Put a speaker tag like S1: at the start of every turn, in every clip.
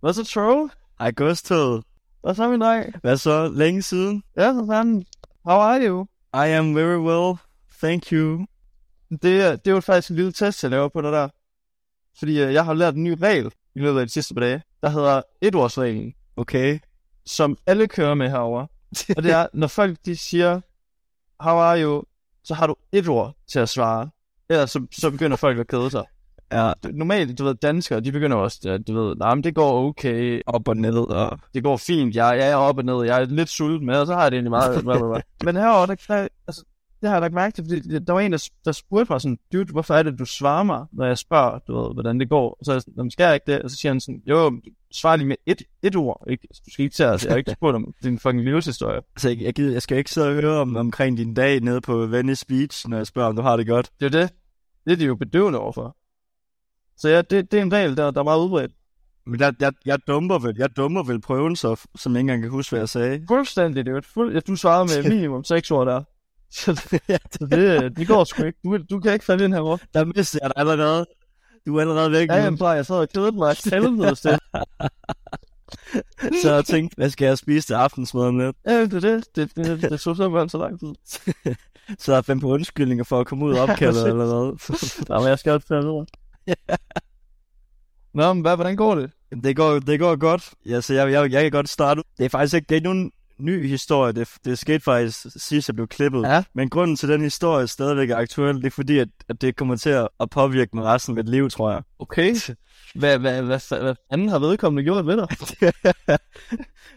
S1: Hvad så, troll? Ej, godstog.
S2: Hvad så, min dreng?
S1: Hvad så? Længe siden?
S2: Ja, for fanden. How are you?
S1: I am very well. Thank you.
S2: Det, er- det er jo faktisk en lille test, jeg laver på dig der. Fordi øh, jeg har lært en ny regel i løbet af de sidste par dage, der hedder etårsreglen,
S1: Okay.
S2: som alle kører med herover. Og det er, når folk de siger, how are you, så har du et ord til at svare. Ellers så, så begynder folk at kede sig.
S1: Ja,
S2: Du- Normalt, du ved, danskere, de begynder også, at, du ved, nej, men det går okay,
S1: op og ned og...
S2: det går fint, jeg, jeg er op og ned, jeg er lidt sulten, men så har jeg det egentlig meget. Bla, bla, bla. men herovre, der, der, altså, det har jeg lagt mærke til, fordi der var en, der, s- der spurgte mig sådan, dude, hvorfor er det, du svarer mig, når jeg spørger, du ved, hvordan det går? Og så er jeg sådan, "Jamen, skal jeg ikke det? Og så siger han sådan, jo, svar lige med et, et ord, ikke? Altså, du skal ikke tage os, jeg har ikke spurgt om din fucking livshistorie.
S1: Altså, jeg, jeg, gider, jeg skal jo ikke sidde og høre om, omkring din dag nede på Venice Beach, når jeg spørger, om du har det godt.
S2: Det er jo det. Det er de jo bedøvende overfor. Så ja, det, det er en regel, der, der er meget udbredt.
S1: Men jeg, jeg, jeg dumper vel, jeg dumper vel prøven, så, som jeg ikke engang kan huske, hvad jeg sagde.
S2: Fuldstændig, det er jo et fuld... Ja, du svarede med minimum seks ord der. Så det, så det, det går sgu ikke. Du, du kan ikke falde ind herovre.
S1: Der mistede jeg dig allerede. Du er allerede væk
S2: Ja,
S1: nu.
S2: jamen, bare, jeg sad og kedede mig. Helvedes det.
S1: Så jeg tænkte, hvad skal jeg spise til aftensmad om lidt?
S2: Ja, det er det. Det, det, det tog simpelthen så lang tid.
S1: Så der er fem på undskyldninger for at komme ud af opkaldet
S2: præcis.
S1: eller hvad.
S2: Nej, men jeg skal også finde ud Nå, men hvad, hvordan går det?
S1: Jamen, Det går, det går godt. Ja, så jeg, jeg, jeg kan godt starte. ud. Det er faktisk ikke det er ikke nogen ny historie. Det, det skete faktisk sidst, jeg blev klippet.
S2: Ja.
S1: Men grunden til, at den historie stadigvæk er aktuel, det er fordi, at, at det kommer til at, at påvirke mig resten af mit liv, tror jeg.
S2: Okay. Hvad, hvad, hvad, fa- hvad fanden har vedkommende gjort ved dig?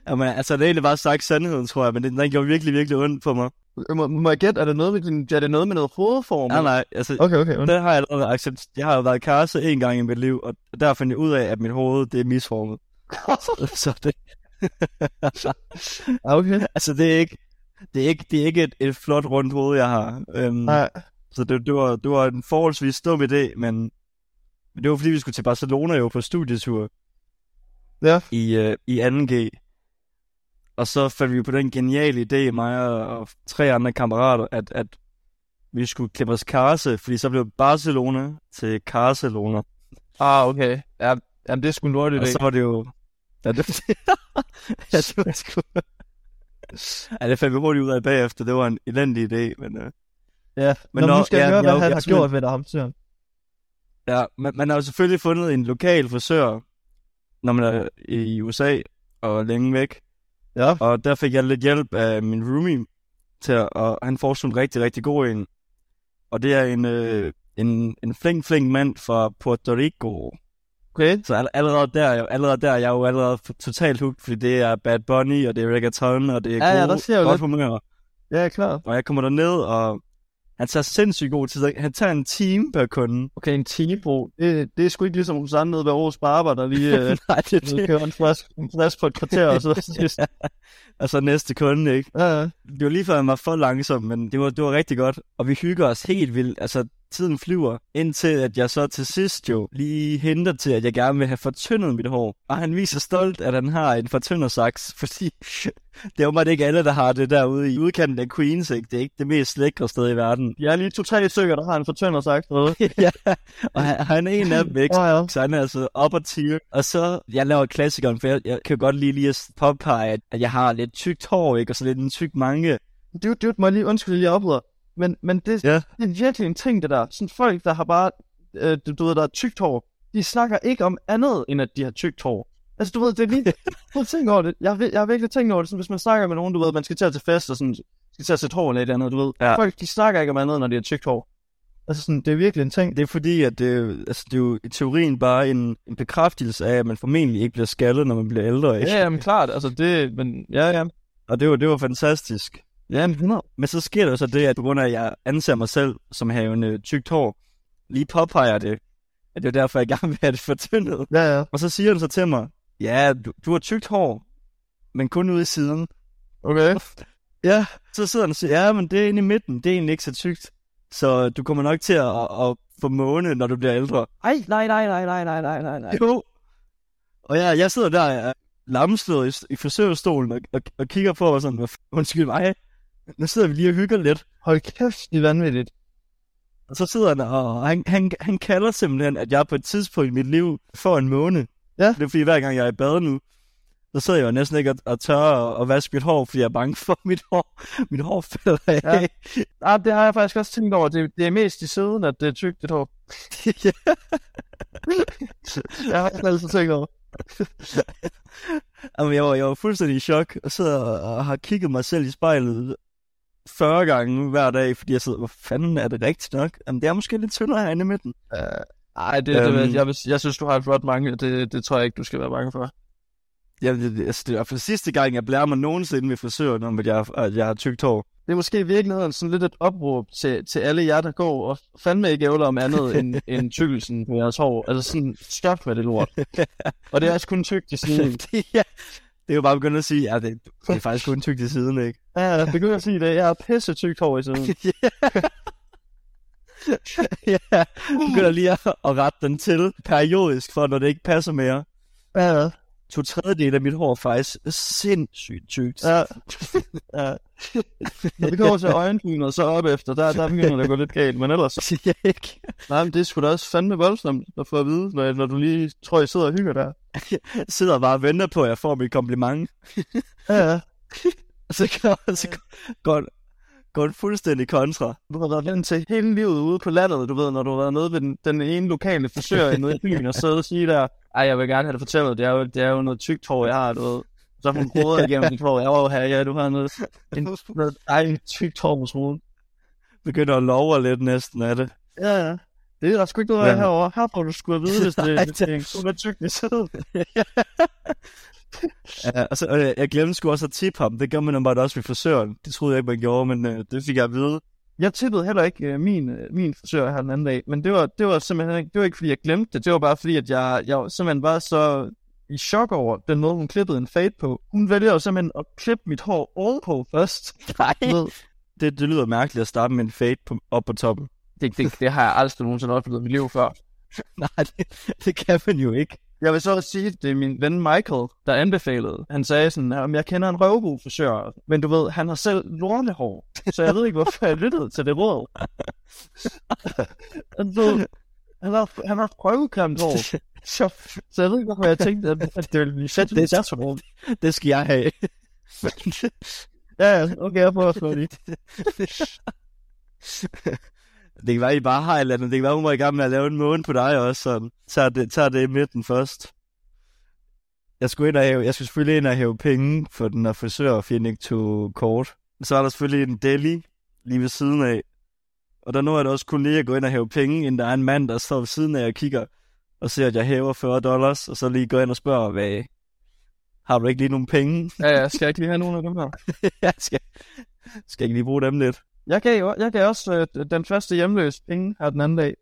S1: Jamen, altså, det er egentlig bare sagt sandheden, tror jeg, men den, den gjorde virkelig, virkelig ondt for mig.
S2: Må, må jeg gætte, er det noget med, din, er det noget med noget hovedform?
S1: Nej, nej, altså,
S2: Okay, okay. und-
S1: den har jeg allerede accept. Jeg har jo været karset en gang i mit liv, og der fandt jeg ud af, at mit hoved, det er misformet. så det,
S2: Ja, okay.
S1: altså, det er ikke, det er ikke, det er ikke et, et flot rundt hoved, jeg har. Øhm,
S2: Nej.
S1: Så det, det, var, det var en forholdsvis dum idé, men, men det var fordi, vi skulle til Barcelona jo på studietur
S2: Ja.
S1: i, øh, i 2G. Og så fandt vi jo på den geniale idé, mig og, og tre andre kammerater, at, at vi skulle klippe os karse, fordi så blev Barcelona til Carcelona.
S2: Ah, okay. Ja, jamen, det er sgu en lort idé.
S1: Og så var det jo... Ja, det, ja, det var sgu... ja, det fandt vi hurtigt ud af bagefter. Det var en elendig idé, men... Øh...
S2: Ja, men
S1: Men
S2: Nå,
S1: nå,
S2: nu skal jeg
S1: ja,
S2: høre, hvad
S1: jeg-
S2: han
S1: jeg
S2: har
S1: synes-
S2: gjort ved dig, ham søren.
S1: Ja, man, man har jo selvfølgelig fundet en lokal frisør, når man er i USA og længe væk.
S2: Ja.
S1: Og der fik jeg lidt hjælp af min roomie, til at, og han foreslog en rigtig, rigtig god en. Og det er en, øh, en, en flink, flink mand fra Puerto Rico.
S2: Okay.
S1: Så all- allerede der, er jeg- allerede der er jeg jo allerede f- totalt hooked, fordi det er Bad Bunny, og det er reggaeton, og det er
S2: Ja, ja,
S1: gode,
S2: der ser jeg jo
S1: godt humør.
S2: Ja, jeg er klar.
S1: Og jeg kommer derned, og han tager sindssygt god tid. Han tager en time per kunde.
S2: Okay, en timebro. Det, det er sgu ikke ligesom Rosanne nede ved Aarhus Barber, der lige øh,
S1: Nej, det
S2: du ved, kører en flaske, en flaske på et kvarter, og så sidst.
S1: Og så næste kunde, ikke?
S2: Ja, ja.
S1: Det var lige før, han var for langsom, men det var, det var rigtig godt. Og vi hygger os helt vildt. Altså, tiden flyver, indtil at jeg så til sidst jo lige henter til, at jeg gerne vil have fortyndet mit hår. Og han viser stolt, at han har en fortyndersaks, fordi det er jo ikke alle, der har det derude i udkanten af Queens, ikke? Det er ikke det mest lækre sted i verden.
S2: Jeg er lige to-tre stykker, der har en fortønder sagt. Åh,
S1: ja, og han, han er en af dem, ikke?
S2: ja.
S1: Så han er altså op og tier. Og så, jeg laver klassikeren, for jeg, jeg kan jo godt lige, lige at påpege, at- at jeg har lidt tykt hår, ikke? Og så lidt en tyk mange.
S2: Dude, dude, må jeg lige undskylde, at jeg oplever. Men, men det,
S1: Ja.
S2: det er virkelig en ting, det der. Sådan folk, der har bare, øh, du, du ved, der er tykt hår, de snakker ikke om andet, end at de har tykt hår. Altså, du ved, det er lige... Prøv at tænke over det. Jeg, har vir- jeg har virkelig tænkt over det. Sådan, hvis man snakker med nogen, du ved, man skal til at til fest, og sådan, skal til at sætte hår eller et eller andet, du ved.
S1: Ja.
S2: Folk, de snakker ikke om andet, når de har tykt hår. Altså, sådan, det er virkelig en ting.
S1: Det er fordi, at det, altså, det er jo i teorien bare en, en bekræftelse af, at man formentlig ikke bliver skaldet, når man bliver ældre. Ikke?
S2: Ja, ja, men klart. Altså, det... Men, ja, ja.
S1: Og det var, det var fantastisk.
S2: Ja, men 100.
S1: Men så sker der jo så det, at på grund af, at jeg anser mig selv som havende tykt hår, lige påpeger det, at det er derfor, jeg gerne vil have det fortyndet.
S2: Ja, ja.
S1: Og så siger han så til mig, ja, du, du har tykt hår, men kun ude i siden.
S2: Okay.
S1: Ja, så sidder han og siger, ja, men det er inde i midten, det er egentlig ikke så tykt. Så du kommer nok til at, at, at få måne, når du bliver ældre.
S2: Ej, nej, nej, nej, nej, nej, nej, nej, nej.
S1: Jo. Og jeg, jeg sidder der jeg er lamslået i, i frisørstolen og, og, og kigger på mig sådan, "Hvad f- undskyld mig, nu sidder vi lige og hygger lidt.
S2: Hold kæft, det er vanvittigt.
S1: Og så sidder han, og han, han, han kalder simpelthen, at jeg på et tidspunkt i mit liv får en måne.
S2: Ja.
S1: Det er fordi, hver gang jeg er i bad nu, så sidder jeg jo næsten ikke og, og tør at, at vaske mit hår, fordi jeg er bange for, at mit hår, mit hår falder af.
S2: Ja. Ah, det har jeg faktisk også tænkt over. Det, det er mest i siden, at det er tykt, det hår.
S1: Ja.
S2: Jeg har altid tænkt over.
S1: Jamen, jeg, var, jeg var fuldstændig i chok, og sidder og, og har kigget mig selv i spejlet 40 gange hver dag, fordi jeg sidder, hvor fanden er det rigtigt nok? Jamen, det er måske lidt tyndere herinde i midten.
S2: Uh, ej, det, det,
S1: Øhm.
S2: jeg, jeg, jeg synes, du har et flot mange. Det, det tror jeg ikke, du skal være bange for.
S1: Jeg, det, det- altså, det er i hvert fald sidste gang, jeg blærer mig nogensinde ved frisøren, om at jeg, at jeg har tykt hår.
S2: Det er måske i virkeligheden sådan lidt et opråb til, til alle jer, der går og fandme ikke ævler om andet end, end tykkelsen på jeres hår. Altså sådan, stop med det lort. Og det er også kun tykt i siden.
S1: det, ja. det er jo bare begyndt at sige, at det, det er faktisk kun tykt i siden, ikke?
S2: Ja, begynd at sige det. Jeg har pisse tykt hår i siden.
S1: ja, begynder lige at, at rette den til periodisk, for når det ikke passer mere.
S2: Ja,
S1: To tredjedel af mit hår er faktisk sindssygt tykt.
S2: ja. ja. Når det kommer til øjenbryn og så op efter, der, der begynder det at gå lidt galt. Men ellers,
S1: Siger jeg ikke.
S2: nej, men det er sgu da også fandme voldsomt at få at vide, når, når du lige tror, I sidder og hygger der.
S1: sidder bare og venter på, at jeg får mit kompliment.
S2: Ja, ja.
S1: Og så går, så går- går, går den fuldstændig kontra.
S2: Du har været vant til hele livet ude på landet, du ved, når du har været nede ved den, den ene lokale frisør nede i byen og sidde og sige der, ej, jeg vil gerne have det fortalt, det er jo, det er jo noget tykt hår, jeg har, du ved. Så har hun koder igennem dit hår, jeg var her, ja, du har noget, en, noget ej, tykt hår på skolen.
S1: Begynder at lovre lidt næsten af det.
S2: Ja, ja. Det er der sgu ikke noget af
S1: Ja.
S2: herovre. Her får du sgu at vide, hvis det,
S1: Nej,
S2: hvis det er en sund og tykt i siden.
S1: Ja, og så, og jeg- jeg glemte sgu også at tippe ham. Det gør man bare også ved frisøren. Det troede jeg ikke, man gjorde, men øh, det fik jeg at vide.
S2: Jeg tippede heller ikke øh, min, øh, min frisør her den anden dag, men det var, det var simpelthen ikke, det var ikke fordi, jeg glemte det. Det var bare fordi, at jeg, jeg simpelthen var så i chok over den måde, hun klippede en fade på. Hun vælger jo simpelthen at klippe mit hår ovenpå først.
S1: Nej.
S2: Du ved,
S1: Det, det lyder mærkeligt at starte med en fade på, op på toppen.
S2: det, det, det har jeg aldrig nogensinde oplevet i mit liv før.
S1: Nej, det, det kan man jo ikke.
S2: Jeg vil så også sige, at det er min ven Michael, der anbefalede. Han sagde sådan, at jeg kender en røvgod frisør, men du ved, han har selv lortehår, så jeg ved ikke, hvorfor jeg lyttede til det råd. Han, ved, han har, han har røvklemt hår, så, så jeg ved ikke, hvorfor jeg tænkte, at, at det ville blive fedt,
S1: Det er
S2: hvis jeg så råd.
S1: Det skal jeg have.
S2: Ja, ja, okay, jeg prøver at slå det.
S1: det kan være, I bare har et eller andet. Det kan være, hun var i gang med at lave en måne på dig også. Sådan. Tager, det, tager det i midten først. Jeg skulle, ind og hæve, jeg skulle selvfølgelig ind og hæve penge for den her frisør, fordi den ikke tog kort. Så er der selvfølgelig en deli lige ved siden af. Og der nu er det også kun lige at gå ind og hæve penge, inden der er en mand, der står ved siden af og kigger og ser, at jeg hæver 40 dollars, og så lige går ind og spørger, hvad, har du ikke lige nogen penge?
S2: Ja, ja, skal jeg ikke lige have nogen af dem her?
S1: jeg skal, skal jeg ikke lige bruge dem lidt.
S2: Jeg gav, jo- jeg gav også øh, den første hjemløse penge her den anden dag,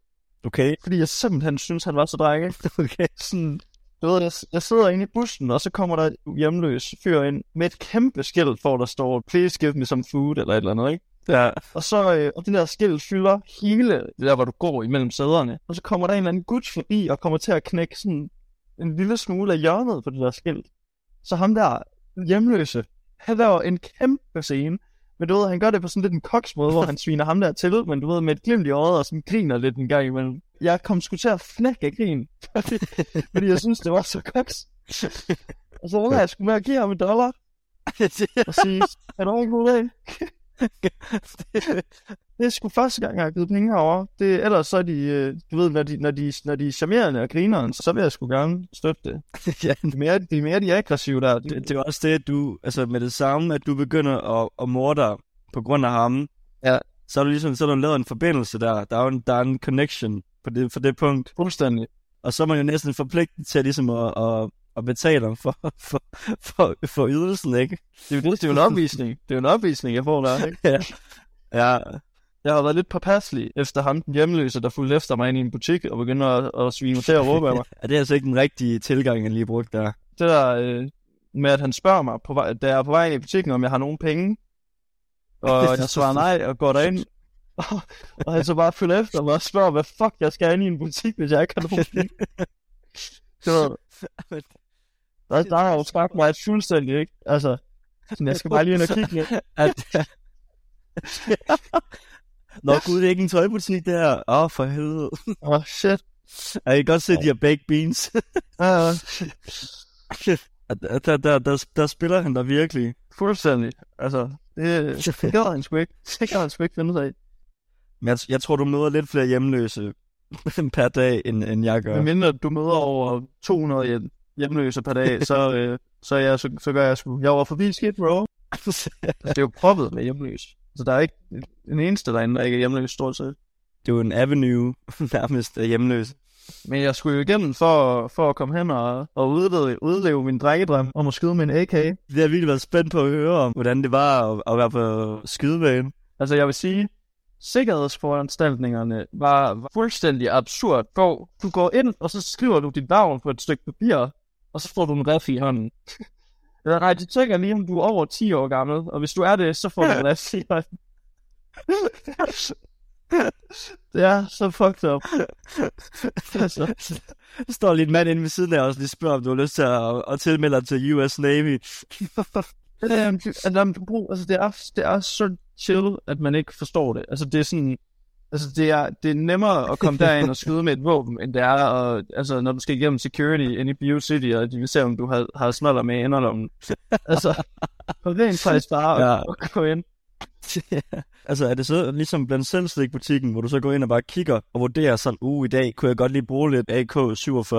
S1: Okay,
S2: fordi jeg simpelthen synes, han var så drenge.
S1: okay.
S2: sådan, du ved, jeg, jeg sidder inde i bussen, og så kommer der en hjemløs fyr ind med et kæmpe skilt, hvor der står, please give me some food, eller et eller andet, ikke?
S1: Ja.
S2: Og så, øh, og det der skilt fylder hele det der, hvor du går imellem sæderne. Og så kommer der en eller anden gut forbi, og kommer til at knække sådan en lille smule af hjørnet på det der skilt. Så ham der hjemløse, han laver en kæmpe scene. Men du ved, han gør det på sådan lidt en koksmåde, hvor han sviner ham der til, men du ved, med et glimt i øjet og sådan griner lidt en gang imellem. Jeg kom sgu til at flække af grin, fordi, fordi jeg synes, det var så koks. Og så var jeg sgu med at give ham en dollar og sige, er du ikke god af? Det er sgu første gang, jeg har givet penge herovre. Det, ellers så er de, øh, du ved, når de, når de, når de er charmerende og grineren, så vil jeg sgu gerne støtte det.
S1: ja,
S2: Det er mere, det er mere de er aggressive der. Det,
S1: det, det er også det, at du, altså med det samme, at du begynder at, at morde dig på grund af ham,
S2: Ja.
S1: så er du ligesom, så er du lavet en forbindelse der. Der er jo en, der er en connection på det, for det punkt.
S2: fuldstændig.
S1: Og så er man jo næsten forpligtet til ligesom at, at, at betale ham for, for, for, for ydelsen, ikke?
S2: Det er, jo, det, det er jo en opvisning. Det er jo en opvisning, jeg får der. Ikke?
S1: Ja,
S2: Jeg har været lidt påpasselig efter ham, den hjemløse, der fulgte efter mig ind i en butik og begyndte at, at svine mig til at råbe af mig.
S1: er det er altså ikke den rigtige tilgang, jeg lige brugte der.
S2: Det der øh, med, at han spørger mig, på vej, da jeg er på vej ind i butikken, om jeg har nogen penge. Og jeg svarer nej og går derind. Og, og han så bare følger efter mig og spørger, hvad fuck jeg skal ind i en butik, hvis jeg ikke har nogen penge. Det var, der, der har jo skabt mig et fuldstændig, ikke? Altså, sådan, jeg skal bare lige ind og kigge lidt.
S1: At... Nå gud, det er ikke en tøjbutik, det her. Åh, oh, for helvede.
S2: Åh, oh, shit.
S1: Og jeg kan godt se, at de har baked beans.
S2: Ja, ja.
S1: Og der, der, der, der, der spiller han der virkelig.
S2: Fuldstændig. Altså, det, det gad han sgu ikke. Det gad han sgu ikke finde sig i.
S1: Men jeg, jeg tror, du møder lidt flere hjemløse per dag, end, end jeg gør.
S2: Men mindre du møder over 200 hjem- hjemløse per dag, så, øh, så, jeg, så, så gør jeg sgu. Jeg var forbi Skid Row. Altså, det er jo proppet med hjemløse. Så der er ikke en eneste derinde, der ikke er hjemløs stort set.
S1: det er jo en avenue, nærmest øh, af hjemløse.
S2: Men jeg skulle jo igennem for, for at komme hen og, og udleve, udleve min drengedrøm om at skyde med en AK.
S1: Det har virkelig været spændt på at høre om, hvordan det var at, at være på skydebanen.
S2: Altså jeg vil sige, sikkerhedsforanstaltningerne var, var fuldstændig absurd. Gå, du går ind, og så skriver du dit navn på et stykke papir, og så får du en ref i hånden. Eller nej, de tænker lige, om du er over 10 år gammel, og hvis du er det, så får du en ref i hånden. det er så fucked up. altså,
S1: Der står lige en mand inde ved siden af os, og lige spørger, om du har lyst til at, at tilmelde dig til US Navy.
S2: det er, altså, du brug, altså, det, er, det er så chill, at man ikke forstår det. Altså, det er sådan... Altså, det er, det er nemmere at komme derind og skyde med et våben, end det er, at, altså, når du skal igennem security inde i Bio City, og de vil se, om du har, har smadret med inderlommen. Altså, på rent faktisk bare ja.
S1: Ja.
S2: at gå ind.
S1: altså er det så ligesom blandt selv butikken, hvor du så går ind og bare kigger og vurderer sådan, uh, i dag kunne jeg godt lige bruge lidt AK-47.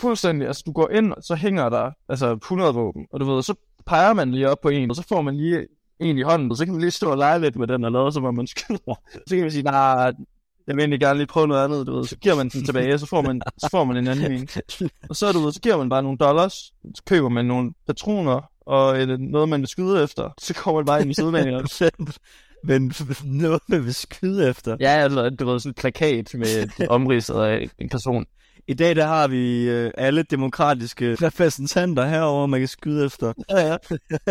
S2: Fuldstændig, altså, du går ind, og så hænger der altså, 100 våben, og du ved, så peger man lige op på en, og så får man lige en i hånden, og så kan man lige stå og lege lidt med den, og lade som om man skyder. Så kan man sige, nej, nah, jeg vil egentlig gerne lige prøve noget andet, du ved. Så giver man den tilbage, og så får man, så får man en anden en. Og så, du ved, så giver man bare nogle dollars, så køber man nogle patroner, og øh, noget, man vil skyde efter. Så kommer man bare ind i siden af. og-
S1: Men noget, man vil skyde efter.
S2: Ja, eller du ved, sådan en plakat med omridset af en person.
S1: I dag der har vi øh, alle demokratiske repræsentanter herover, man kan skyde efter.
S2: Ja, ja.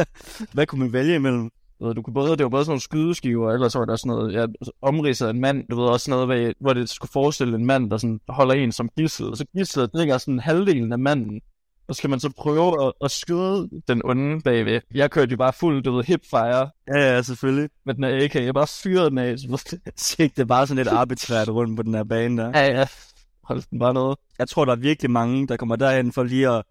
S1: Hvad kunne man vælge imellem?
S2: Du ved, du kunne både, det var både sådan nogle skydeskiver, eller så var der sådan noget, ja, omridset af en mand, du ved også sådan noget, hvad- hvor det skulle forestille en mand, der sådan holder en som gissel, og så gissel drikker sådan halvdelen af manden, og så skal man så prøve at, at skyde den onde bagved. Jeg kørte jo bare fuld, du ved, hipfire
S1: Ja, ja, selvfølgelig.
S2: med den her AK, jeg bare fyrede den af, så
S1: Tjek, det er bare sådan lidt arbitrært rundt på den her bane der.
S2: ja, ja, holdt den bare noget.
S1: Jeg tror, der er virkelig mange, der kommer derhen for lige at,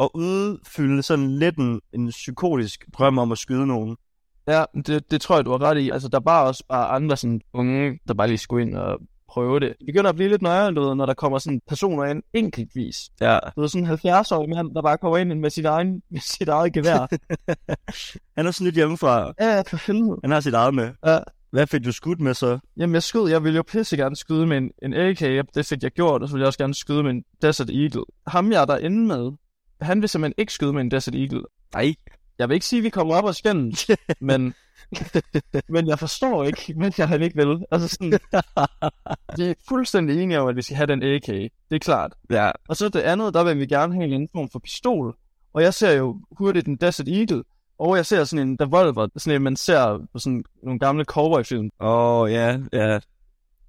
S1: at udfylde sådan lidt en, en psykotisk drøm om at skyde nogen.
S2: Ja, men det, det tror jeg, du har ret i. Altså, der var også bare andre sådan unge, der bare lige skulle ind og prøve det. Det begynder at blive lidt nøjere, du ved, når der kommer sådan personer ind enkeltvis.
S1: Ja.
S2: Du ved, sådan en 70-årig mand, der bare kommer ind med sit, egen, med sit eget gevær.
S1: Han er sådan lidt hjemmefra.
S2: ja, for helvede.
S1: Han har sit eget med.
S2: Ja.
S1: Hvad fik du skudt med så?
S2: Jamen, jeg skød, jeg ville jo pisse gerne skyde med en, en AK, og det fik jeg gjort, og så ville jeg også gerne skyde med en Desert Eagle. Ham, jeg er derinde med, han vil simpelthen ikke skyde med en Desert Eagle.
S1: Nej.
S2: Jeg vil ikke sige, at vi kommer op og skændes, men, men jeg forstår ikke, men jeg han ikke vil. Altså sådan, det er fuldstændig enige om, at vi skal have den AK. Det er klart.
S1: Ja.
S2: Og så det andet, der vil vi gerne have en eller anden form for pistol. Og jeg ser jo hurtigt en Desert Eagle, og jeg ser sådan en revolver, sådan en, man ser på sådan nogle gamle cowboyfilm.
S1: Åh, oh, ja, ja.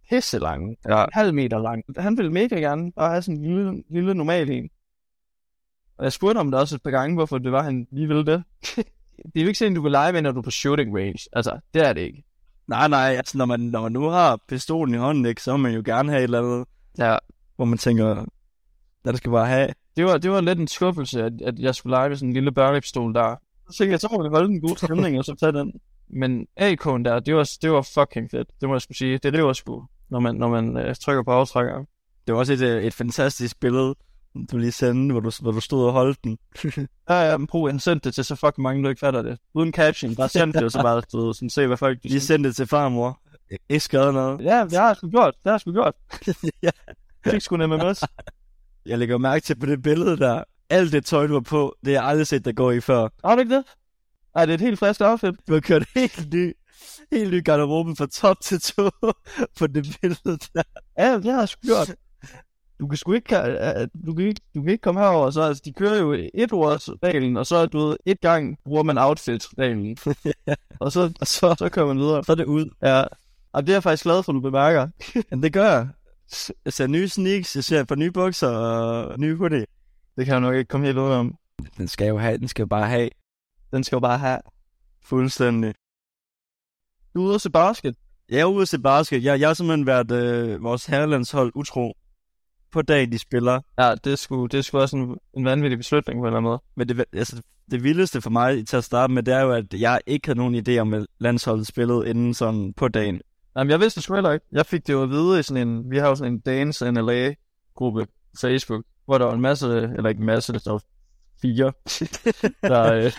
S2: Pisse lang.
S1: Ja.
S2: En halv meter lang. Han ville mega gerne bare have sådan en lille, lille normal en. Og jeg spurgte om det også et par gange, hvorfor det var, han lige ville det. det er jo ikke sådan, du kan lege med, når du er på shooting range. Altså, det er det ikke.
S1: Nej, nej, altså når man, når man nu har pistolen i hånden, ikke, så vil man jo gerne have et eller andet,
S2: Ja.
S1: hvor man tænker, der skal bare have.
S2: Det var, det var lidt en skuffelse, at, at jeg skulle lege med sådan en lille børnepistol der. Så tænkte jeg, så må vi holde en god stemning, og så tage den. Men AK'en der, det var, det var fucking fedt. Det må jeg skulle sige. Det lever sgu, når man, når man øh, trykker på aftrækkeren.
S1: Det var også et, øh, et fantastisk billede, du lige sendte, hvor du, hvor du stod og holdt den.
S2: Ja, ja, men brug, han sendte det til så fucking mange, der ikke fatter det. Uden catching, bare sendte det, og så bare du ved, sådan, se, hvad folk de
S1: Lige sendte det til farmor. Ikke skrevet noget.
S2: Ja, det har jeg sgu gjort. Det har jeg sgu gjort. Jeg fik sgu en MMS.
S1: Jeg lægger mærke til på det billede der. Alt det tøj, du var på, det har jeg aldrig set dig gå i før.
S2: Har du ikke det? Ej, det er et helt frisk outfit.
S1: Du har kørt helt ny, helt ny garderoben fra top til tå på det billede der.
S2: Ja, det har jeg sgu gjort. Du kan sgu ikke, øh, øh, du kan ikke, du kan ikke komme herover, så altså, de kører jo et reglen og så, du ved, et gang bruger man outfit-reglen, og så,
S1: Og så,
S2: så kører man videre.
S1: så er det ud.
S2: Ja, og det er jeg faktisk glad for, du bemærker.
S1: Men det gør jeg. Jeg ser nye sneaks, jeg ser et par nye bukser og nye hoodie.
S2: Det kan jeg nok ikke komme helt ud om.
S1: Den skal jo have, den skal jo bare have
S2: Den skal jo bare have.
S1: fuldstændig.
S2: Du er ude til basket.
S1: Jeg er ude til basket. Jeg, jeg har simpelthen været øh, vores herrelandshold utro. på dagen, de spiller.
S2: Ja, det er sgu, det er sgu også en, en vanvittig beslutning på en eller anden måde.
S1: Men det, altså, det vildeste for mig til at starte med, det er jo, at jeg ikke havde nogen idé om, at landsholdet spillede inden sådan på dagen.
S2: Jamen, jeg vidste det sgu heller ikke. Jeg fik det jo at vide i sådan en... Vi har jo sådan en Dance NLA-gruppe på Facebook, hvor der var en masse... Eller ikke en masse, der var fire. der, øh,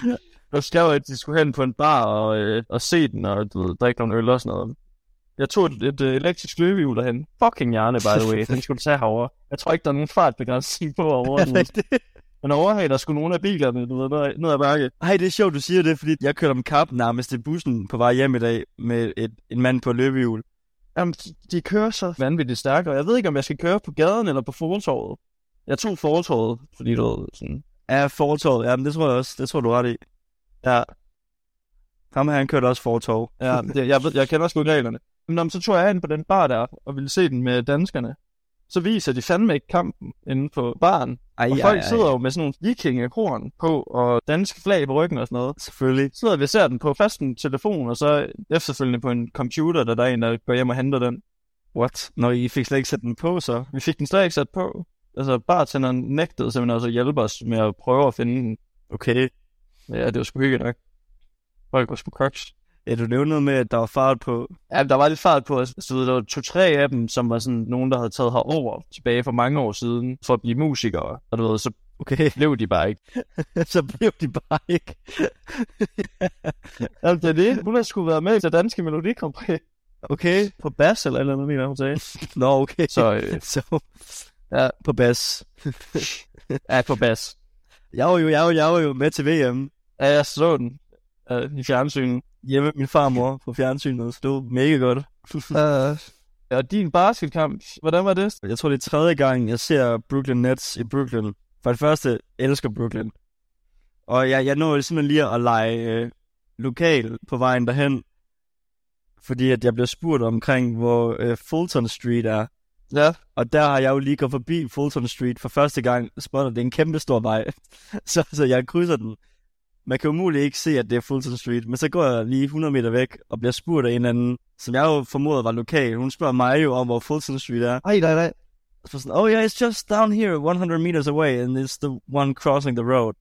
S2: der skrev, at de skulle hen på en bar og, øh, og se den og du ved, drikke nogle øl og sådan noget. Jeg tog et, et øh, elektrisk løbehjul derhen. Fucking hjerne, by the way. Den skulle du tage herover. Jeg tror ikke, der er nogen fartbegrænsning på over. Men overhaler skulle nogle af bilerne du ved, ned, ned ad bakke.
S1: Ej, det er sjovt, du siger det, fordi jeg kørte om kap nærmest i bussen på vej hjem i dag med et, en mand på løbehjul.
S2: Jamen, de kører så vanvittigt stærkt, og jeg ved ikke, om jeg skal køre på gaden eller på fortorvet. Jeg tog fortorvet, fordi du ved, sådan...
S1: Ja, fortorvet. Jamen, det tror jeg også. Det tror du ret i.
S2: Ja,
S1: Ham her, han kørte også fortov.
S2: Ja, jeg, jeg, ved, jeg kender sgu ikke reglerne. Men når, så tog jeg ind på den bar der, og ville se den med danskerne. Så viser de fandme ikke kampen inde på baren.
S1: Ej,
S2: Og folk sidder jo med sådan nogle vikingehorn på, og danske flag på ryggen og sådan noget.
S1: Selvfølgelig.
S2: Så sidder vi og ser den på fast en telefon, og så efterfølgende på en computer, der der er en, der går hjem og henter den.
S1: What? Når I fik slet ikke sat den på, så?
S2: Vi fik den slet ikke sat på. Altså, bartenderen nægtede simpelthen også at hjælpe os med at prøve at finde den.
S1: Okay.
S2: Ja, det var sgu hyggeligt nok. Folk var sgu koks.
S1: Ja, du nævnte noget med, at der var fart på.
S2: Ja, der var lidt fart på os. Så der var to-tre af dem, som var sådan nogen, der havde taget herover tilbage for mange år siden for at blive musikere. Og du ved, så
S1: Okay,
S2: blev de bare ikke.
S1: så blev de bare ikke.
S2: Jamen, det er det. Hun har sgu været med til Danske Melodikompræ
S1: Okay.
S2: på bas eller et eller andet, mener hun sagde.
S1: Nå, okay.
S2: Så øh,
S1: så
S2: Ja.
S1: på bas.
S2: ja, på bas.
S1: Jeg var jo, jeg var, jeg var jo med til VM.
S2: Ja, jeg så den øh, i fjernsynet.
S1: Hjemme med min farmor på fjernsynet, så det var mega godt.
S2: Uh, og din basketkamp, hvordan var det?
S1: Jeg tror, det er tredje gang, jeg ser Brooklyn Nets i Brooklyn. For det første, jeg elsker Brooklyn. Og jeg, jeg nåede simpelthen lige at lege øh, lokal på vejen derhen. Fordi at jeg blev spurgt omkring, hvor øh, Fulton Street er.
S2: Ja,
S1: Og der har jeg jo lige gået forbi Fulton Street for første gang. Spotter, det er en kæmpe stor vej. så, så jeg krydser den. Man kan umuligt ikke se, at det er Fulton Street. Men så går jeg lige 100 meter væk og bliver spurgt af en eller anden, som jeg jo formodede var lokal. Hun spørger mig jo om, hvor Fulton Street er.
S2: Ej, nej, nej.
S1: Så sådan, oh yeah, it's just down here, 100 meters away, and it's the one crossing the road.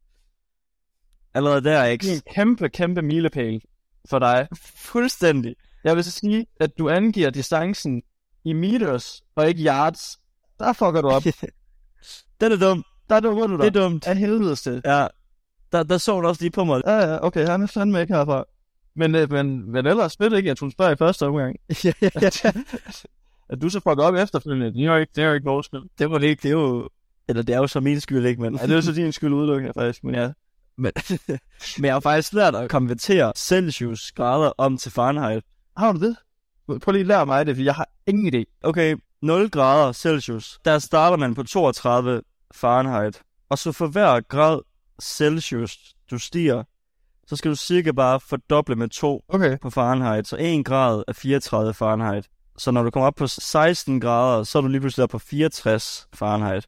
S1: Allerede der, ikke?
S2: Det er en kæmpe, kæmpe milepæl for dig.
S1: Fuldstændig.
S2: Jeg vil så sige, at du angiver distancen i meters og ikke yards. Der fucker du op.
S1: Den er dum.
S2: Der dukker du
S1: Det
S2: dig.
S1: er dumt.
S2: Af helvedes til.
S1: Ja. Der, der så hun også lige på mig.
S2: Ja, ja, okay, han er fandme ikke herfra. Men, øh, men, men ellers fedt ikke, at hun spørger i første omgang.
S1: ja, ja, ja.
S2: At du så fucker op efterfølgende, det er jo ikke, det er jo ikke vores skyld.
S1: Det var det ikke, det er jo... Eller det er jo så min skyld, ikke? Men,
S2: Ja, det er jo så din skyld udelukkende, faktisk. Men ja,
S1: men, men jeg har faktisk lært at konvertere Celsius grader om til Fahrenheit.
S2: har du det? Prøv lige at lære mig det, for jeg har ingen idé.
S1: Okay, 0 grader Celsius. Der starter man på 32 Fahrenheit. Og så for hver grad Celsius, du stiger, så skal du cirka bare fordoble med 2
S2: Okay.
S1: på Fahrenheit. Så 1 grad er 34 Fahrenheit. Så når du kommer op på 16 grader, så er du lige pludselig oppe på 64 Fahrenheit.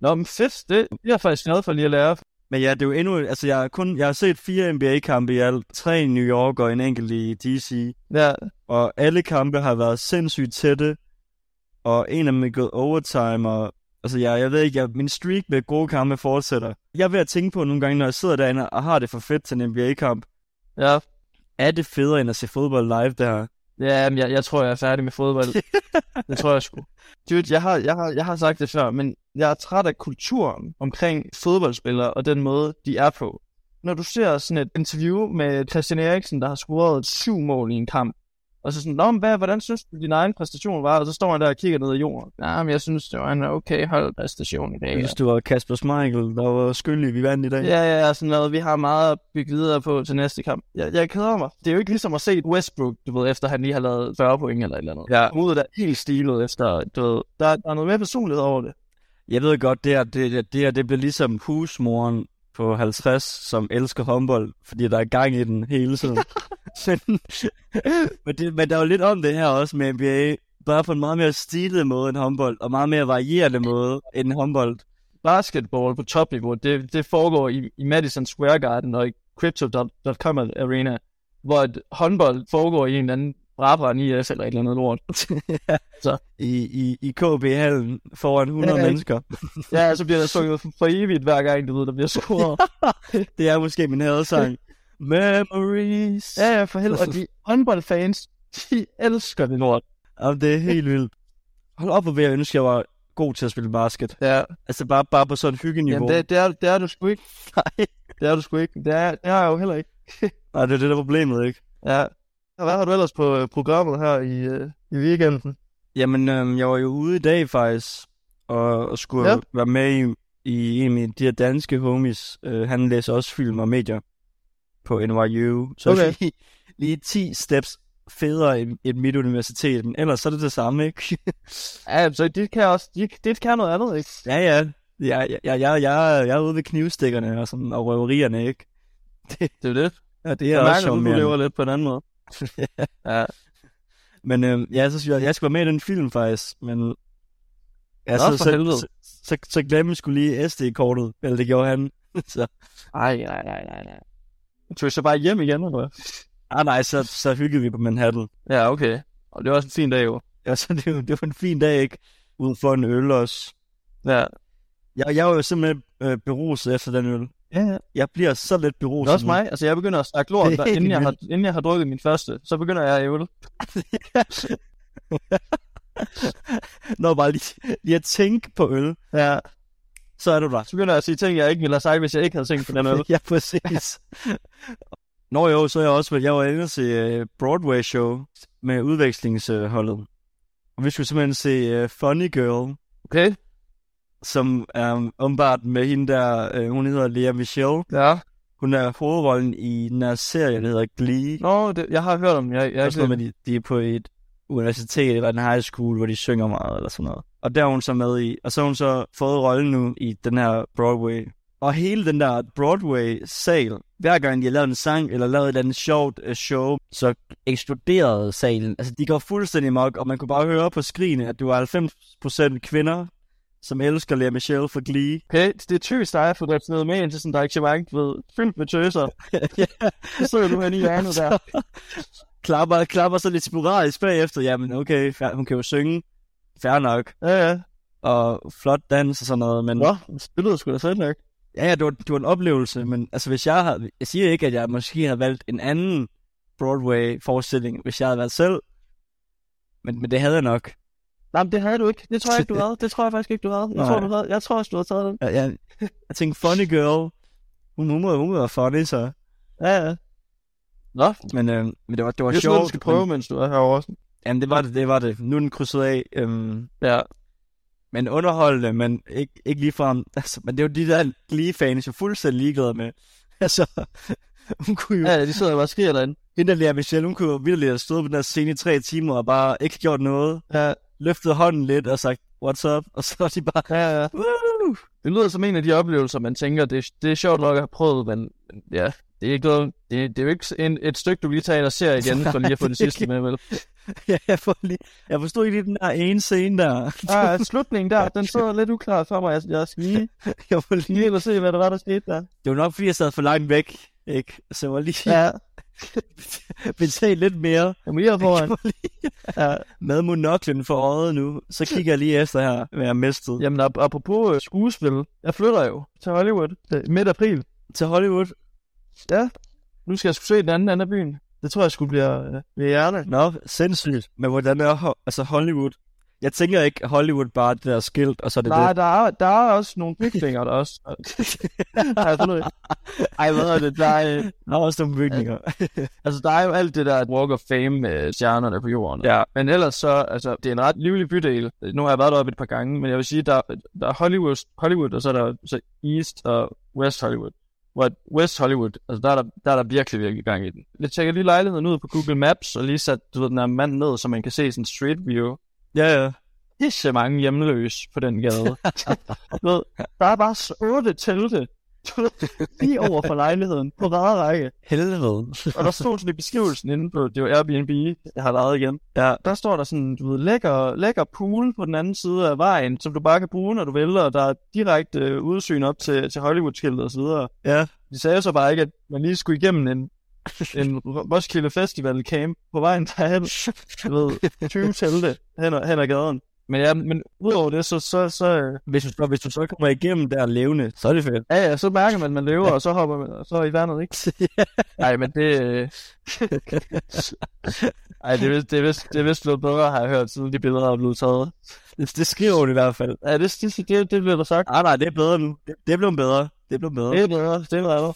S2: Nå, men fedt, det det er jeg faktisk glad for lige at lære.
S1: Men ja, det er jo endnu... Altså, jeg, har kun, jeg har set fire NBA-kampe i alt. Tre i New York og en enkelt i D.C.
S2: Ja,
S1: Og alle kampe har været sindssygt tætte. Og en af dem er gået overtime. Og, altså, jeg, jeg ved ikke, jeg, min streak med gode kampe fortsætter. Jeg er ved at tænke på nogle gange, når jeg sidder derinde og har det for fedt til en NBA-kamp.
S2: ja.
S1: Er det federe end at se fodbold live der?
S2: Ja, men jeg, jeg tror, jeg er færdig med fodbold. det tror jeg sgu. Dude, jeg har, jeg, har, jeg har sagt det før, men jeg er træt af kulturen omkring fodboldspillere og den måde, de er på. Når du ser sådan et interview med Christian Eriksen, der har scoret syv mål i en kamp, og så sådan, Nå, men hvad, hvordan synes du, din egen præstation var? Og så står han der og kigger ned i jorden. Nej, men jeg synes, det var en okay holdpræstation i dag.
S1: Jeg synes, det var Kasper Schmeichel, der var skyldig, vi vandt i dag.
S2: Ja, ja, ja, sådan noget. Vi har meget at bygge videre på til næste kamp. Jeg, jeg keder mig. Det er jo ikke ligesom at se Westbrook, du ved, efter han lige har lavet 40 point eller et eller andet.
S1: Ja.
S2: Modet er helt stilet efter, du ved, der, der er noget mere personlighed over det.
S1: Jeg ved godt, det her, det, det, det, her, det bliver ligesom husmoren på 50, som elsker håndbold, fordi der er gang i den hele tiden. men, men, det, men der er jo lidt om det her også med NBA, bare på en meget mere stilet måde end håndbold, og meget mere varierende måde end håndbold.
S2: Basketball på topniveau, det, det foregår i, i Madison Square Garden og i Crypto.com Arena, hvor et håndbold foregår i en eller anden Brabra 9S eller et eller andet lort.
S1: I, i, i KB-hallen foran 100
S2: Ja, ja.
S1: mennesker.
S2: Ja, så bliver der sunget for evigt hver gang, du ved, der bliver scoret.
S1: Det er måske min hadsang. Memories.
S2: ja, ja, for helvede. Og de håndboldfans, de elsker det lort.
S1: Jamen, det er helt vildt. Hold op, hvor vil jeg ønske, jeg var god til at spille basket.
S2: Ja,
S1: Altså bare, bare på sådan et hyggeniveau.
S2: Jamen, det, det, er, det er du sgu ikke.
S1: Nej.
S2: Det er du sgu ikke. Det er, det er jeg jo heller ikke.
S1: Nej, det er det, der er problemet, ikke?
S2: Ja. Og hvad har du ellers på øh, programmet her i, øh, i weekenden?
S1: Jamen, øhm, jeg var jo ude i dag faktisk, og, og skulle
S2: Ja.
S1: ja. være med i, i en af mine- de her danske homies. Øh, han læser også film og medier på NYU. Så
S2: Okay.
S1: lige, lige 10 steps federe end, end mit universitet, men ellers så er det det samme, ikke?
S2: Ja, så det kan også, det, det kan noget andet, ikke?
S1: ja, ja. Jeg, jeg, jeg, jeg, jeg er ude ved knivstikkerne og, sådan, og røverierne, ikke?
S2: Det er jo det.
S1: Ja, det
S2: Jeg
S1: er også
S2: mærker, at du
S1: charmerende.
S2: lever lidt på en anden måde. ja.
S1: Men øhm, ja, så synes jeg, jeg skulle være med i den film faktisk, men... Ja,
S2: Nå,
S1: så,
S2: for
S1: så,
S2: helvede.
S1: så, så, så glemte skulle lige SD-kortet, eller det gjorde han. så,
S2: Ej, nej, nej, nej, nej. Du tog så bare hjem igen, eller hvad?
S1: ah nej, så, så hyggede vi på Manhattan.
S2: Ja, okay. Og det var også en fin dag, jo.
S1: Ja, så det, var- det var en fin dag, ikke? Uden for en øl også.
S2: Ja.
S1: Jeg, jeg var jo simpelthen øh, beruset efter den øl.
S2: Ja, ja.
S1: Jeg bliver så lidt beruset.
S2: Det er også
S1: nu.
S2: mig. Altså, jeg begynder at snakke
S1: Det
S2: lort,
S1: er
S2: der,
S1: helt
S2: inden, jeg har, inden jeg har drukket min første. Så begynder jeg at ævle.
S1: Når bare lige, lige at tænke på øl,
S2: Ja.
S1: så er du der.
S2: Så begynder jeg at sige ting, jeg ikke ville have sagt, hvis jeg ikke havde tænkt på den øl.
S1: ja, præcis. Nå jo, så er jeg også, været- jeg var inde og se øh, Broadway show med udvekslingsholdet. Og vi skulle simpelthen se uh, Funny Girl,
S2: Okay.
S1: som er ombart med hende der, øh, hun hedder Lea Michelle.
S2: Ja.
S1: Hun er hovedrollen i den her serie, der hedder Glee.
S2: Nå, det, jeg har hørt om den. Jeg, jeg,
S1: Jeg
S2: har
S1: er
S2: ikke
S1: sådan noget med, de, de er på et universitet eller en high school, hvor de synger meget eller sådan noget. Og der er hun så med i, og så har hun så fået rollen nu i den her Broadway. Og hele den der Broadway-sal, hver gang de har lavet en sang eller lavet et eller andet sjovt øh, show, så eksploderede salen. Altså, de går fuldstændig mok, og man kunne bare høre på skrigene, at du var 90% kvinder, som elsker Lea Michelle for Glee.
S2: Okay, det er typisk dig at få drevet ned med ind til sådan et arrangement, du ved, fyldt med tøser. Så sidder du henne i hjørnet der.
S1: klapper, klapper så lidt sporadisk bagefter. Jamen, okay, fair, hun kan jo synge. Fair nok.
S2: Ja, ja.
S1: Og flot dans og sådan noget, men...
S2: Nå, det lyder sgu da fedt nok.
S1: Ja, ja, det var, det var en oplevelse, men altså hvis jeg havde, jeg siger ikke, at jeg måske havde valgt en anden Broadway-forestilling, hvis jeg havde valgt selv, men, men det havde jeg nok.
S2: Nej, men det havde du ikke. Det tror jeg ikke, du havde. Det tror jeg faktisk ikke, du havde. Jeg,
S1: Nej.
S2: tror, du havde. jeg tror også, du havde taget den.
S1: Jeg, jeg, jeg tænkte, funny girl, hun, hun, må, hun må være funny, så.
S2: Ja, ja. Nå,
S1: Men, øh, men det var, det var
S2: det er sådan
S1: sjovt.
S2: noget, du skal prøve,
S1: Men,
S2: mens du er herovre. også.
S1: jamen, det var det, det var det. Nu er den krydset af. Øhm,
S2: Ja,
S1: men underholdende, men ikke, ikke ligefrem. Altså, men det er jo de der lige fans, jeg er fuldstændig ligeglad med. Altså, hun kunne jo
S2: ja de sidder bare og skriger derinde.
S1: Hende der Lea Michelle, hun kunne jo vildt have stået på den der scene i tre timer og bare ikke gjort noget.
S2: Ja,
S1: Løftet hånden lidt og sagt, what's up? Og så er de bare,
S2: ja, ja.
S1: Woo!
S2: Det lyder som en af de oplevelser, man tænker, det, er- det er sjovt nok at have prøvet, men men ja, det er, ikke noget, det, det er jo ikke en, et stykke, du lige tager ind og ser igen, for lige at få det sidste med, vel?
S1: Ja, jeg, for lige, jeg forstod ikke lige den der ene scene der.
S2: Ah, slutningen der, den sidder lidt uklar for mig. Jeg, jeg skal lige,
S1: Jeg var lige,
S2: lige ind og se, hvad der var, der skete der.
S1: det var nok, fordi jeg sad for langt væk. Ikke? Så jeg var lige
S2: Ja,
S1: betalt lidt mere.
S2: jeg må lige have
S1: Jeg
S2: foran.
S1: var lige
S2: Ja.
S1: med monoklen for øjet nu. Så kigger jeg lige efter her, hvad jeg har mistet. Ja.
S2: Jamen, ap- apropos øh, skuespil, jeg flytter jo til Hollywood øh, midt april.
S1: Til Hollywood.
S2: Ja, nu skal jeg sgu se den anden anden af byen. Det tror jeg skulle blive øh, ved hjerne.
S1: Nå, sindssygt. Men hvordan er Ho- altså Hollywood? Jeg tænker ikke Hollywood bare det der skilt, og så er det
S2: Nej,
S1: det.
S2: der er, der er også nogle bygninger der også. Har jeg fundet ud af. Ej, hvad er det? Der er, øh,
S1: Der er også nogle bygninger.
S2: altså, der er jo alt det der Walk of Fame med stjernerne på jorden.
S1: Ja.
S2: Men ellers så, altså, det er en ret livlig bydel. Nu har jeg været deroppe et par gange, men jeg vil sige, der, der er Hollywood, Hollywood, og så er der så East og West Hollywood. Hvor at West Hollywood, altså der er der, der er der virkelig, virkelig gang i den. Jeg tjekker lige lejligheden ud på Google Maps, og lige sat du ved, den her mand ned, så man kan se sådan street view.
S1: Ja, ja.
S2: Ikke så mange hjemløse på den gade. Du ved, der er bare så otte telte du ved, lige over for lejligheden på hver række.
S1: Helvede.
S2: Og der stod sådan i beskrivelsen inde på, det var Airbnb, jeg har lejet igen.
S1: Ja,
S2: Der står der sådan, du ved, lækker, lækker pool på den anden side af vejen, som du bare kan bruge, når du vil, og der er direkte øh, udsyn op til, til Hollywood-skiltet og så videre.
S1: ja.
S2: De sagde så bare ikke, at man lige skulle igennem en en Roskilde Festival camp på vejen derhen. Du ved, 20 telte hen, ad- hen ad gaden. Men ja, men udover det, så, så, så, øh,
S1: Hvis du, så, hvis du så kommer igennem der levende, så er det fedt.
S2: ja, ja, så mærker man, at man lever, og så hopper man, og så er i vandet, ikke? Nej, men det, øh, ej, det, er vist, det, er vist, det er vist blevet bedre, har jeg hørt, siden de billeder er blevet taget.
S1: det, det skriver hun i hvert fald.
S2: Ja, det, det, det, det bliver der sagt.
S1: Ah, nej, det er bedre nu. Det, det er blevet bedre. Det er blevet bedre.
S2: Det er bedre, det er bedre.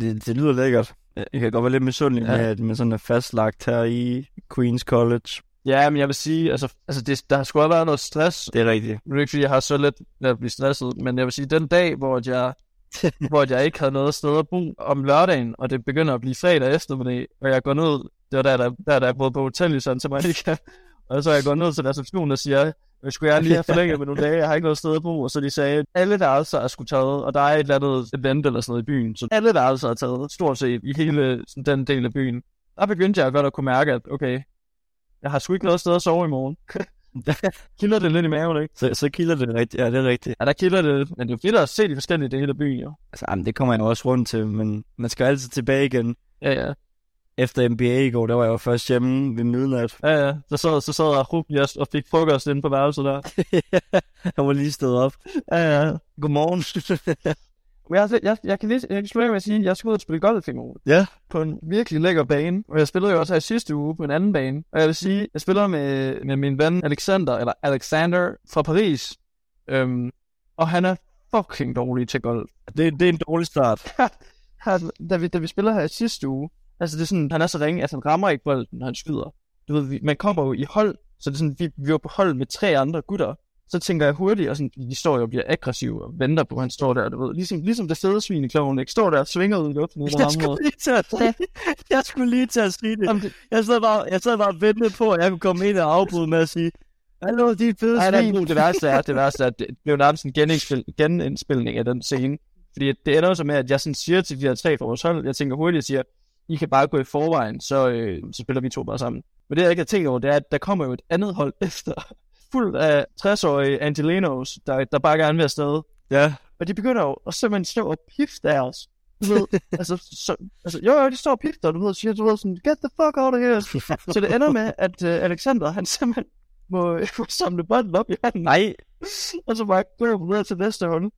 S1: Det, det lyder lækkert. Jeg kan godt være lidt misundelig
S2: Ja.
S1: ja. med, at man sådan er fastlagt her i Queen's College.
S2: Ja, men jeg vil sige, altså, altså det, der har sgu også været noget stress.
S1: Det er rigtigt.
S2: Nu er det ikke, fordi jeg har så let ved at blive stresset, men jeg vil sige, den dag, hvor at jeg, hvor at jeg ikke havde noget sted at bo om lørdagen, og det begynder at blive fredag eftermiddag, og jeg går ned, det var der, der, der, der jeg boede på hotel i Santa Monica, og så jeg går ned til receptionen og siger, jeg skulle jeg lige have forlænget med nogle dage, jeg har ikke noget sted at bo, og så de sagde, alle værelser er skulle taget, og der er et eller andet event eller sådan noget i byen, så alle værelser er taget, stort set i hele sådan, den del af byen. Der begyndte jeg godt at kunne mærke, at okay, jeg har sgu ikke noget sted at sove i morgen. Kilder det lidt i maven, ikke?
S1: Så, så kilder det rigtigt. Ja, det er rigtigt.
S2: Ja, der kilder det lidt, men det er jo fedt at se de forskellige dele af byen, jo.
S1: Altså, jamen, det kommer jeg jo også rundt til, men man skal jo altid tilbage igen.
S2: Ja, ja.
S1: Efter MBA i går, der var jeg jo først hjemme ved midnat.
S2: Ja, ja. Så sad, så sad jeg og, jeg og fik frokost inde på værelset der.
S1: Jeg var lige stået op.
S2: Ja, ja.
S1: Godmorgen.
S2: Men jeg, har slet- jeg, jeg kan lige jeg kan slutte af med at sige, at jeg skulle ud og spille golf i morgen.
S1: Ja.
S2: På en virkelig lækker bane. Og jeg spillede jo også her i sidste uge på en anden bane. Og jeg vil sige, jeg spiller med, med min ven Alexander, eller Alexander fra Paris. Øhm, og han er fucking dårlig til golf.
S1: det, det er en dårlig start.
S2: her, da, vi, da vi spiller her i sidste uge, altså det er sådan, han er så ringe, at han rammer ikke bolden, når han skyder. Du ved, vi, man kommer jo i hold, så det er sådan, vi, vi var på hold med tre andre gutter. Så tænker jeg hurtigt, og sådan, de står jo og bliver aggressive og venter på, at han står der, du ved. Ligesom, ligesom det fede svin i kloven, ikke? Står der og svinger ud i luften ud af
S1: Jeg skulle
S2: rammet.
S1: lige til at, jeg skulle lige til at sige det.
S2: Jamen, det-
S1: Jeg sad bare, jeg sad bare og ventede på, at jeg kunne komme ind og afbryde med at sige, Hallo, de fede
S2: Ej, nej,
S1: svin.
S2: nu, det værste er, det værste er, at det blev nærmest en genindspil, genindspilning af den scene. Fordi det ender jo så med, at jeg sådan siger til de her tre fra vores hold, jeg tænker hurtigt, jeg siger, I kan bare gå i forvejen, så, øh, så spiller vi to bare sammen. Men det, jeg ikke har tænkt over, det er, at der kommer jo et andet hold efter, fuld af 60-årige Angelenos, der, der bare gerne vil afsted.
S1: Ja,
S2: Og de begynder jo at simpelthen stå og pifte af os. Du ved, altså, så, altså, jo, jo, de står og pifter, du ved, og siger, du ved, sådan, get the fuck out of here. Så det ender med, at uh, Alexander, han simpelthen må, må samle bolden op i handen
S1: nej.
S2: og så bare gå videre til næste hul.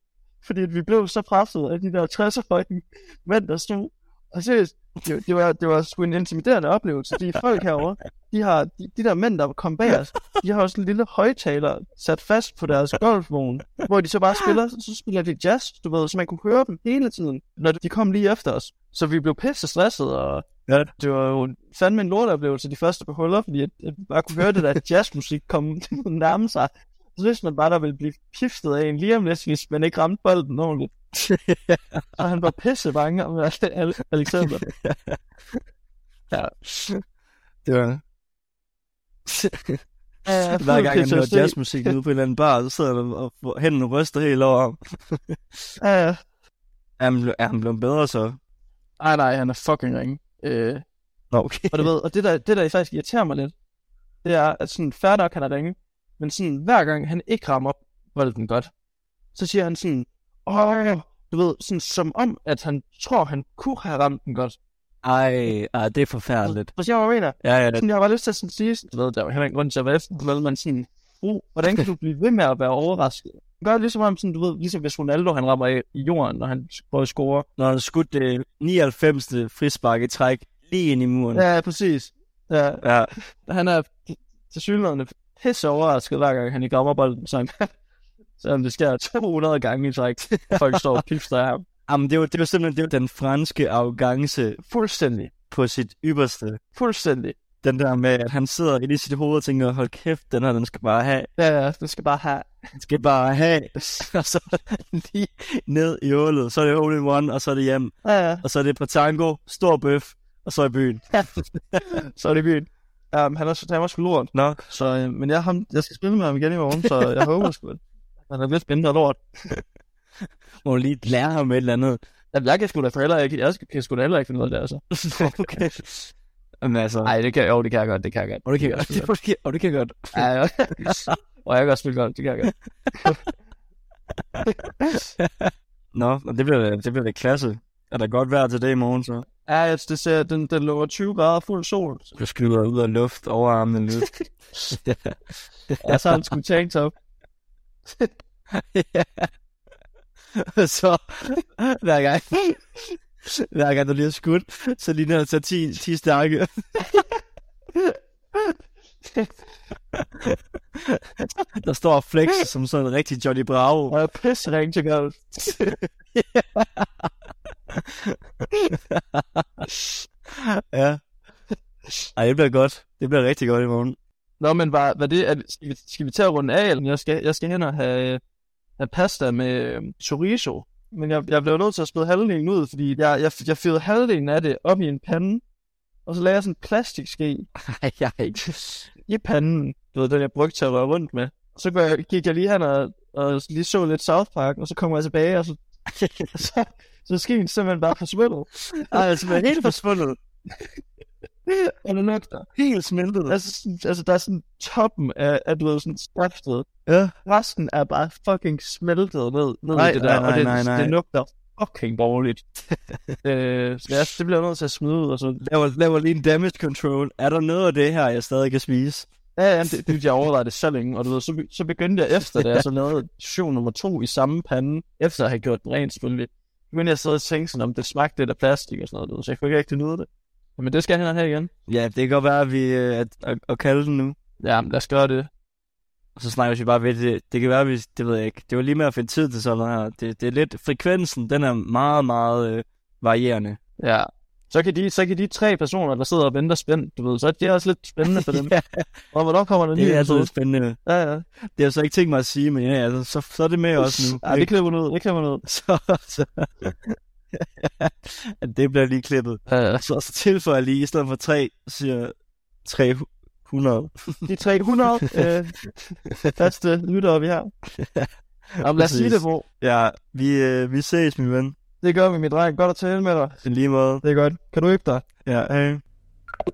S2: Fordi at vi blev så presset af de der 60-årige mænd, der stod. Og seriøst, det, det, var, det var sgu en intimiderende oplevelse. De folk herovre, de, har, de, de der mænd, der kom bag os, de har også en lille højtaler sat fast på deres golfvogn, hvor de så bare spiller, så spiller de jazz, du ved, så man kunne høre dem hele tiden, når de kom lige efter os. Så vi blev pisse stresset, og
S1: Ja.
S2: det var jo fandme en lorteoplevelse, de første på huller, fordi at, at vi bare kunne høre det der jazzmusik komme nærme sig. Så vidste man bare, der ville blive piftet af en lige om lidt, hvis man ikke ramte bolden ordentligt. og han var pisse bange om at- Al- Alexander.
S1: Det var
S2: Ja,
S1: Hver gang, han hører
S2: PTSD.
S1: jazzmusik ude på en eller anden bar, så sidder han og- og hænderne ryster helt over ham.
S2: Ja, ja.
S1: Er han, ble- er han blevet bedre så?
S2: Ej, nej, han er fucking ringe. Øh,
S1: Nå, okay.
S2: og du ved, og det der, det der faktisk irriterer mig lidt, det er, at sådan fair nok, han er ringe, men sådan hver gang han ikke rammer bolden godt, så siger han sådan, åh, du ved, sådan som om, at han tror, han kunne have ramt den godt.
S1: Ej, ej, det er forfærdeligt.
S2: Forstår du, hvad jeg mener?
S1: Ja, ja,
S2: Sådan, jeg har bare lyst til at sådan sige, sådan, du ved, der er jo heller ingen grund til at være efter, men man sådan, uh, hvordan kan du blive ved med at være overrasket? Gør det ligesom, om sådan, du ved, ligesom hvis Ronaldo han rammer i i jorden, når han prøver at score.
S1: når han skudt det 99. frispark i træk lige ind i muren. Ja.
S2: Ja, præcis. Ja,
S1: ja.
S2: han er til synligheden pisse overrasket, hver gang han ikke rammer bolden, så han, selvom det sker 200 gange i træk, og folk står og pifter af ham.
S1: Jamen, det var, det var simpelthen det var den franske arrogance
S2: Fuldstændig.
S1: på sit ypperste.
S2: Fuldstændig.
S1: Den der med, at han sidder inde i sit hoved og tænker, hold kæft, den her, den skal bare have.
S2: Ja, ja, du skal bare have.
S1: Den skal bare have. og så lige ned i hullet. Så er det hole in one, og så er det hjem.
S2: Ja, ja.
S1: Og så er det på tango, stor bøf, og så i byen.
S2: Så er det i byen. Um, han er, han var sgu lort.
S1: Nå,
S2: Så, øh, men jeg, ham, jeg skal spille med ham igen i morgen, så jeg håber sgu, at han er lidt spændende og lort.
S1: må man lige lære ham et eller andet.
S2: Jamen, jeg kan sgu da for heller ikke, jeg skal- kan sgu da heller ikke finde noget der, altså.
S1: okay. Jamen altså.
S2: Nej, det kan jeg, jo, det kan jeg godt, det kan jeg godt.
S1: og det kan jeg
S2: jeg
S1: godt. Og det kan- Og det kan jeg godt.
S2: Ja, ja. Og jeg kan også spille godt, det kan jeg godt.
S1: Nå, og det bliver, da- det bliver da klasse. Er der godt vejr til det i morgen, så?
S2: Ja, altså, det ser, den, den lover 20 grader fuld sol.
S1: Du skriver ud af luft overarmene lidt.
S2: Og så har han sgu tanktop.
S1: så hver gang, hver gang der bliver skudt, så ligner han så 10, 10 stærke. der står og flexer som sådan en rigtig Johnny Bravo.
S2: Og jeg er pisse ringe til gulvet.
S1: Ja. Ej, det bliver godt. Det bliver rigtig godt i morgen.
S2: Nå, men var, var det, er, vi- skal, vi, skal vi tage at runde af, eller jeg skal, jeg skal hen og have, øh, have pasta med øh, chorizo. Men jeg, jeg blev nødt til at spille halvdelen ud, fordi jeg, jeg, jeg fyrede halvdelen af det op i en pande, og så lagde jeg sådan en plastikske
S1: Nej, jeg er ikke.
S2: i panden, du ved, den jeg brugte til at røre rundt med. Så går jeg, gik jeg lige hen og, og lige så lidt South Park, og så kommer jeg tilbage, og så, så, så skeen simpelthen bare forsvundet.
S1: Ej, altså, man er helt forsvundet.
S2: Og det lugter.
S1: Helt smeltet.
S2: Altså, sådan- altså, der er sådan toppen af, af du ved, sådan skraftet.
S1: Ja.
S2: Resten er bare fucking smeltet ned, ned
S1: Nej,
S2: i det
S1: nej,
S2: der,
S1: nej,
S2: og det,
S1: nej, nej.
S2: det lugter fucking dårligt. øh, så ja, det bliver jeg nødt til at smide ud, og så...
S1: Laver, laver lige en damage control. Er der noget af det her, jeg stadig kan spise?
S2: Ja, ja, det, det, jeg overvejede det så længe, og du ved, så, be- så begyndte jeg efter det, og så lavede show nummer to i samme pande, efter at have gjort den rent selvfølgelig. Begyndte jeg så at tænke sådan, om det smagte lidt af plastik og sådan noget, du ved, så jeg kunne ikke rigtig nyde det. Men det skal jeg hen og have igen.
S1: Ja, det kan godt være, at vi øh, at, at, at kalde den nu.
S2: Ja, men lad os gøre det.
S1: Og så snakkes vi bare ved det. Det kan være, vi, det ved jeg ikke. Det var lige med at finde tid til sådan noget her. Det, det er lidt, frekvensen, den er meget, meget øh, varierende.
S2: Ja. Så kan, de, så kan de tre personer, der sidder og venter spændt, du ved, så er det også lidt spændende for dem.
S1: ja,
S2: Og hvornår kommer der en
S1: det
S2: ny
S1: er altid
S2: episode?
S1: lidt spændende.
S2: Ja, ja.
S1: Det har jeg så ikke tænkt mig at sige, men ja, altså, så, så er det med os nu.
S2: Ja, det klipper man ud, det klipper man ud.
S1: så, så. det bliver lige klippet.
S2: Ja, ja.
S1: Så, så tilføjer jeg lige, i stedet for tre, så siger jeg 300.
S2: De 300 øh, faste lyttere, vi har. Jamen, lad os sige det,
S1: Præcis.
S2: bro.
S1: Ja, vi, øh, vi ses, min ven.
S2: Det gør vi, mit dreng. Godt at tale med dig.
S1: I lige måde.
S2: Det er godt. Kan du øbe dig?
S1: Ja, hej.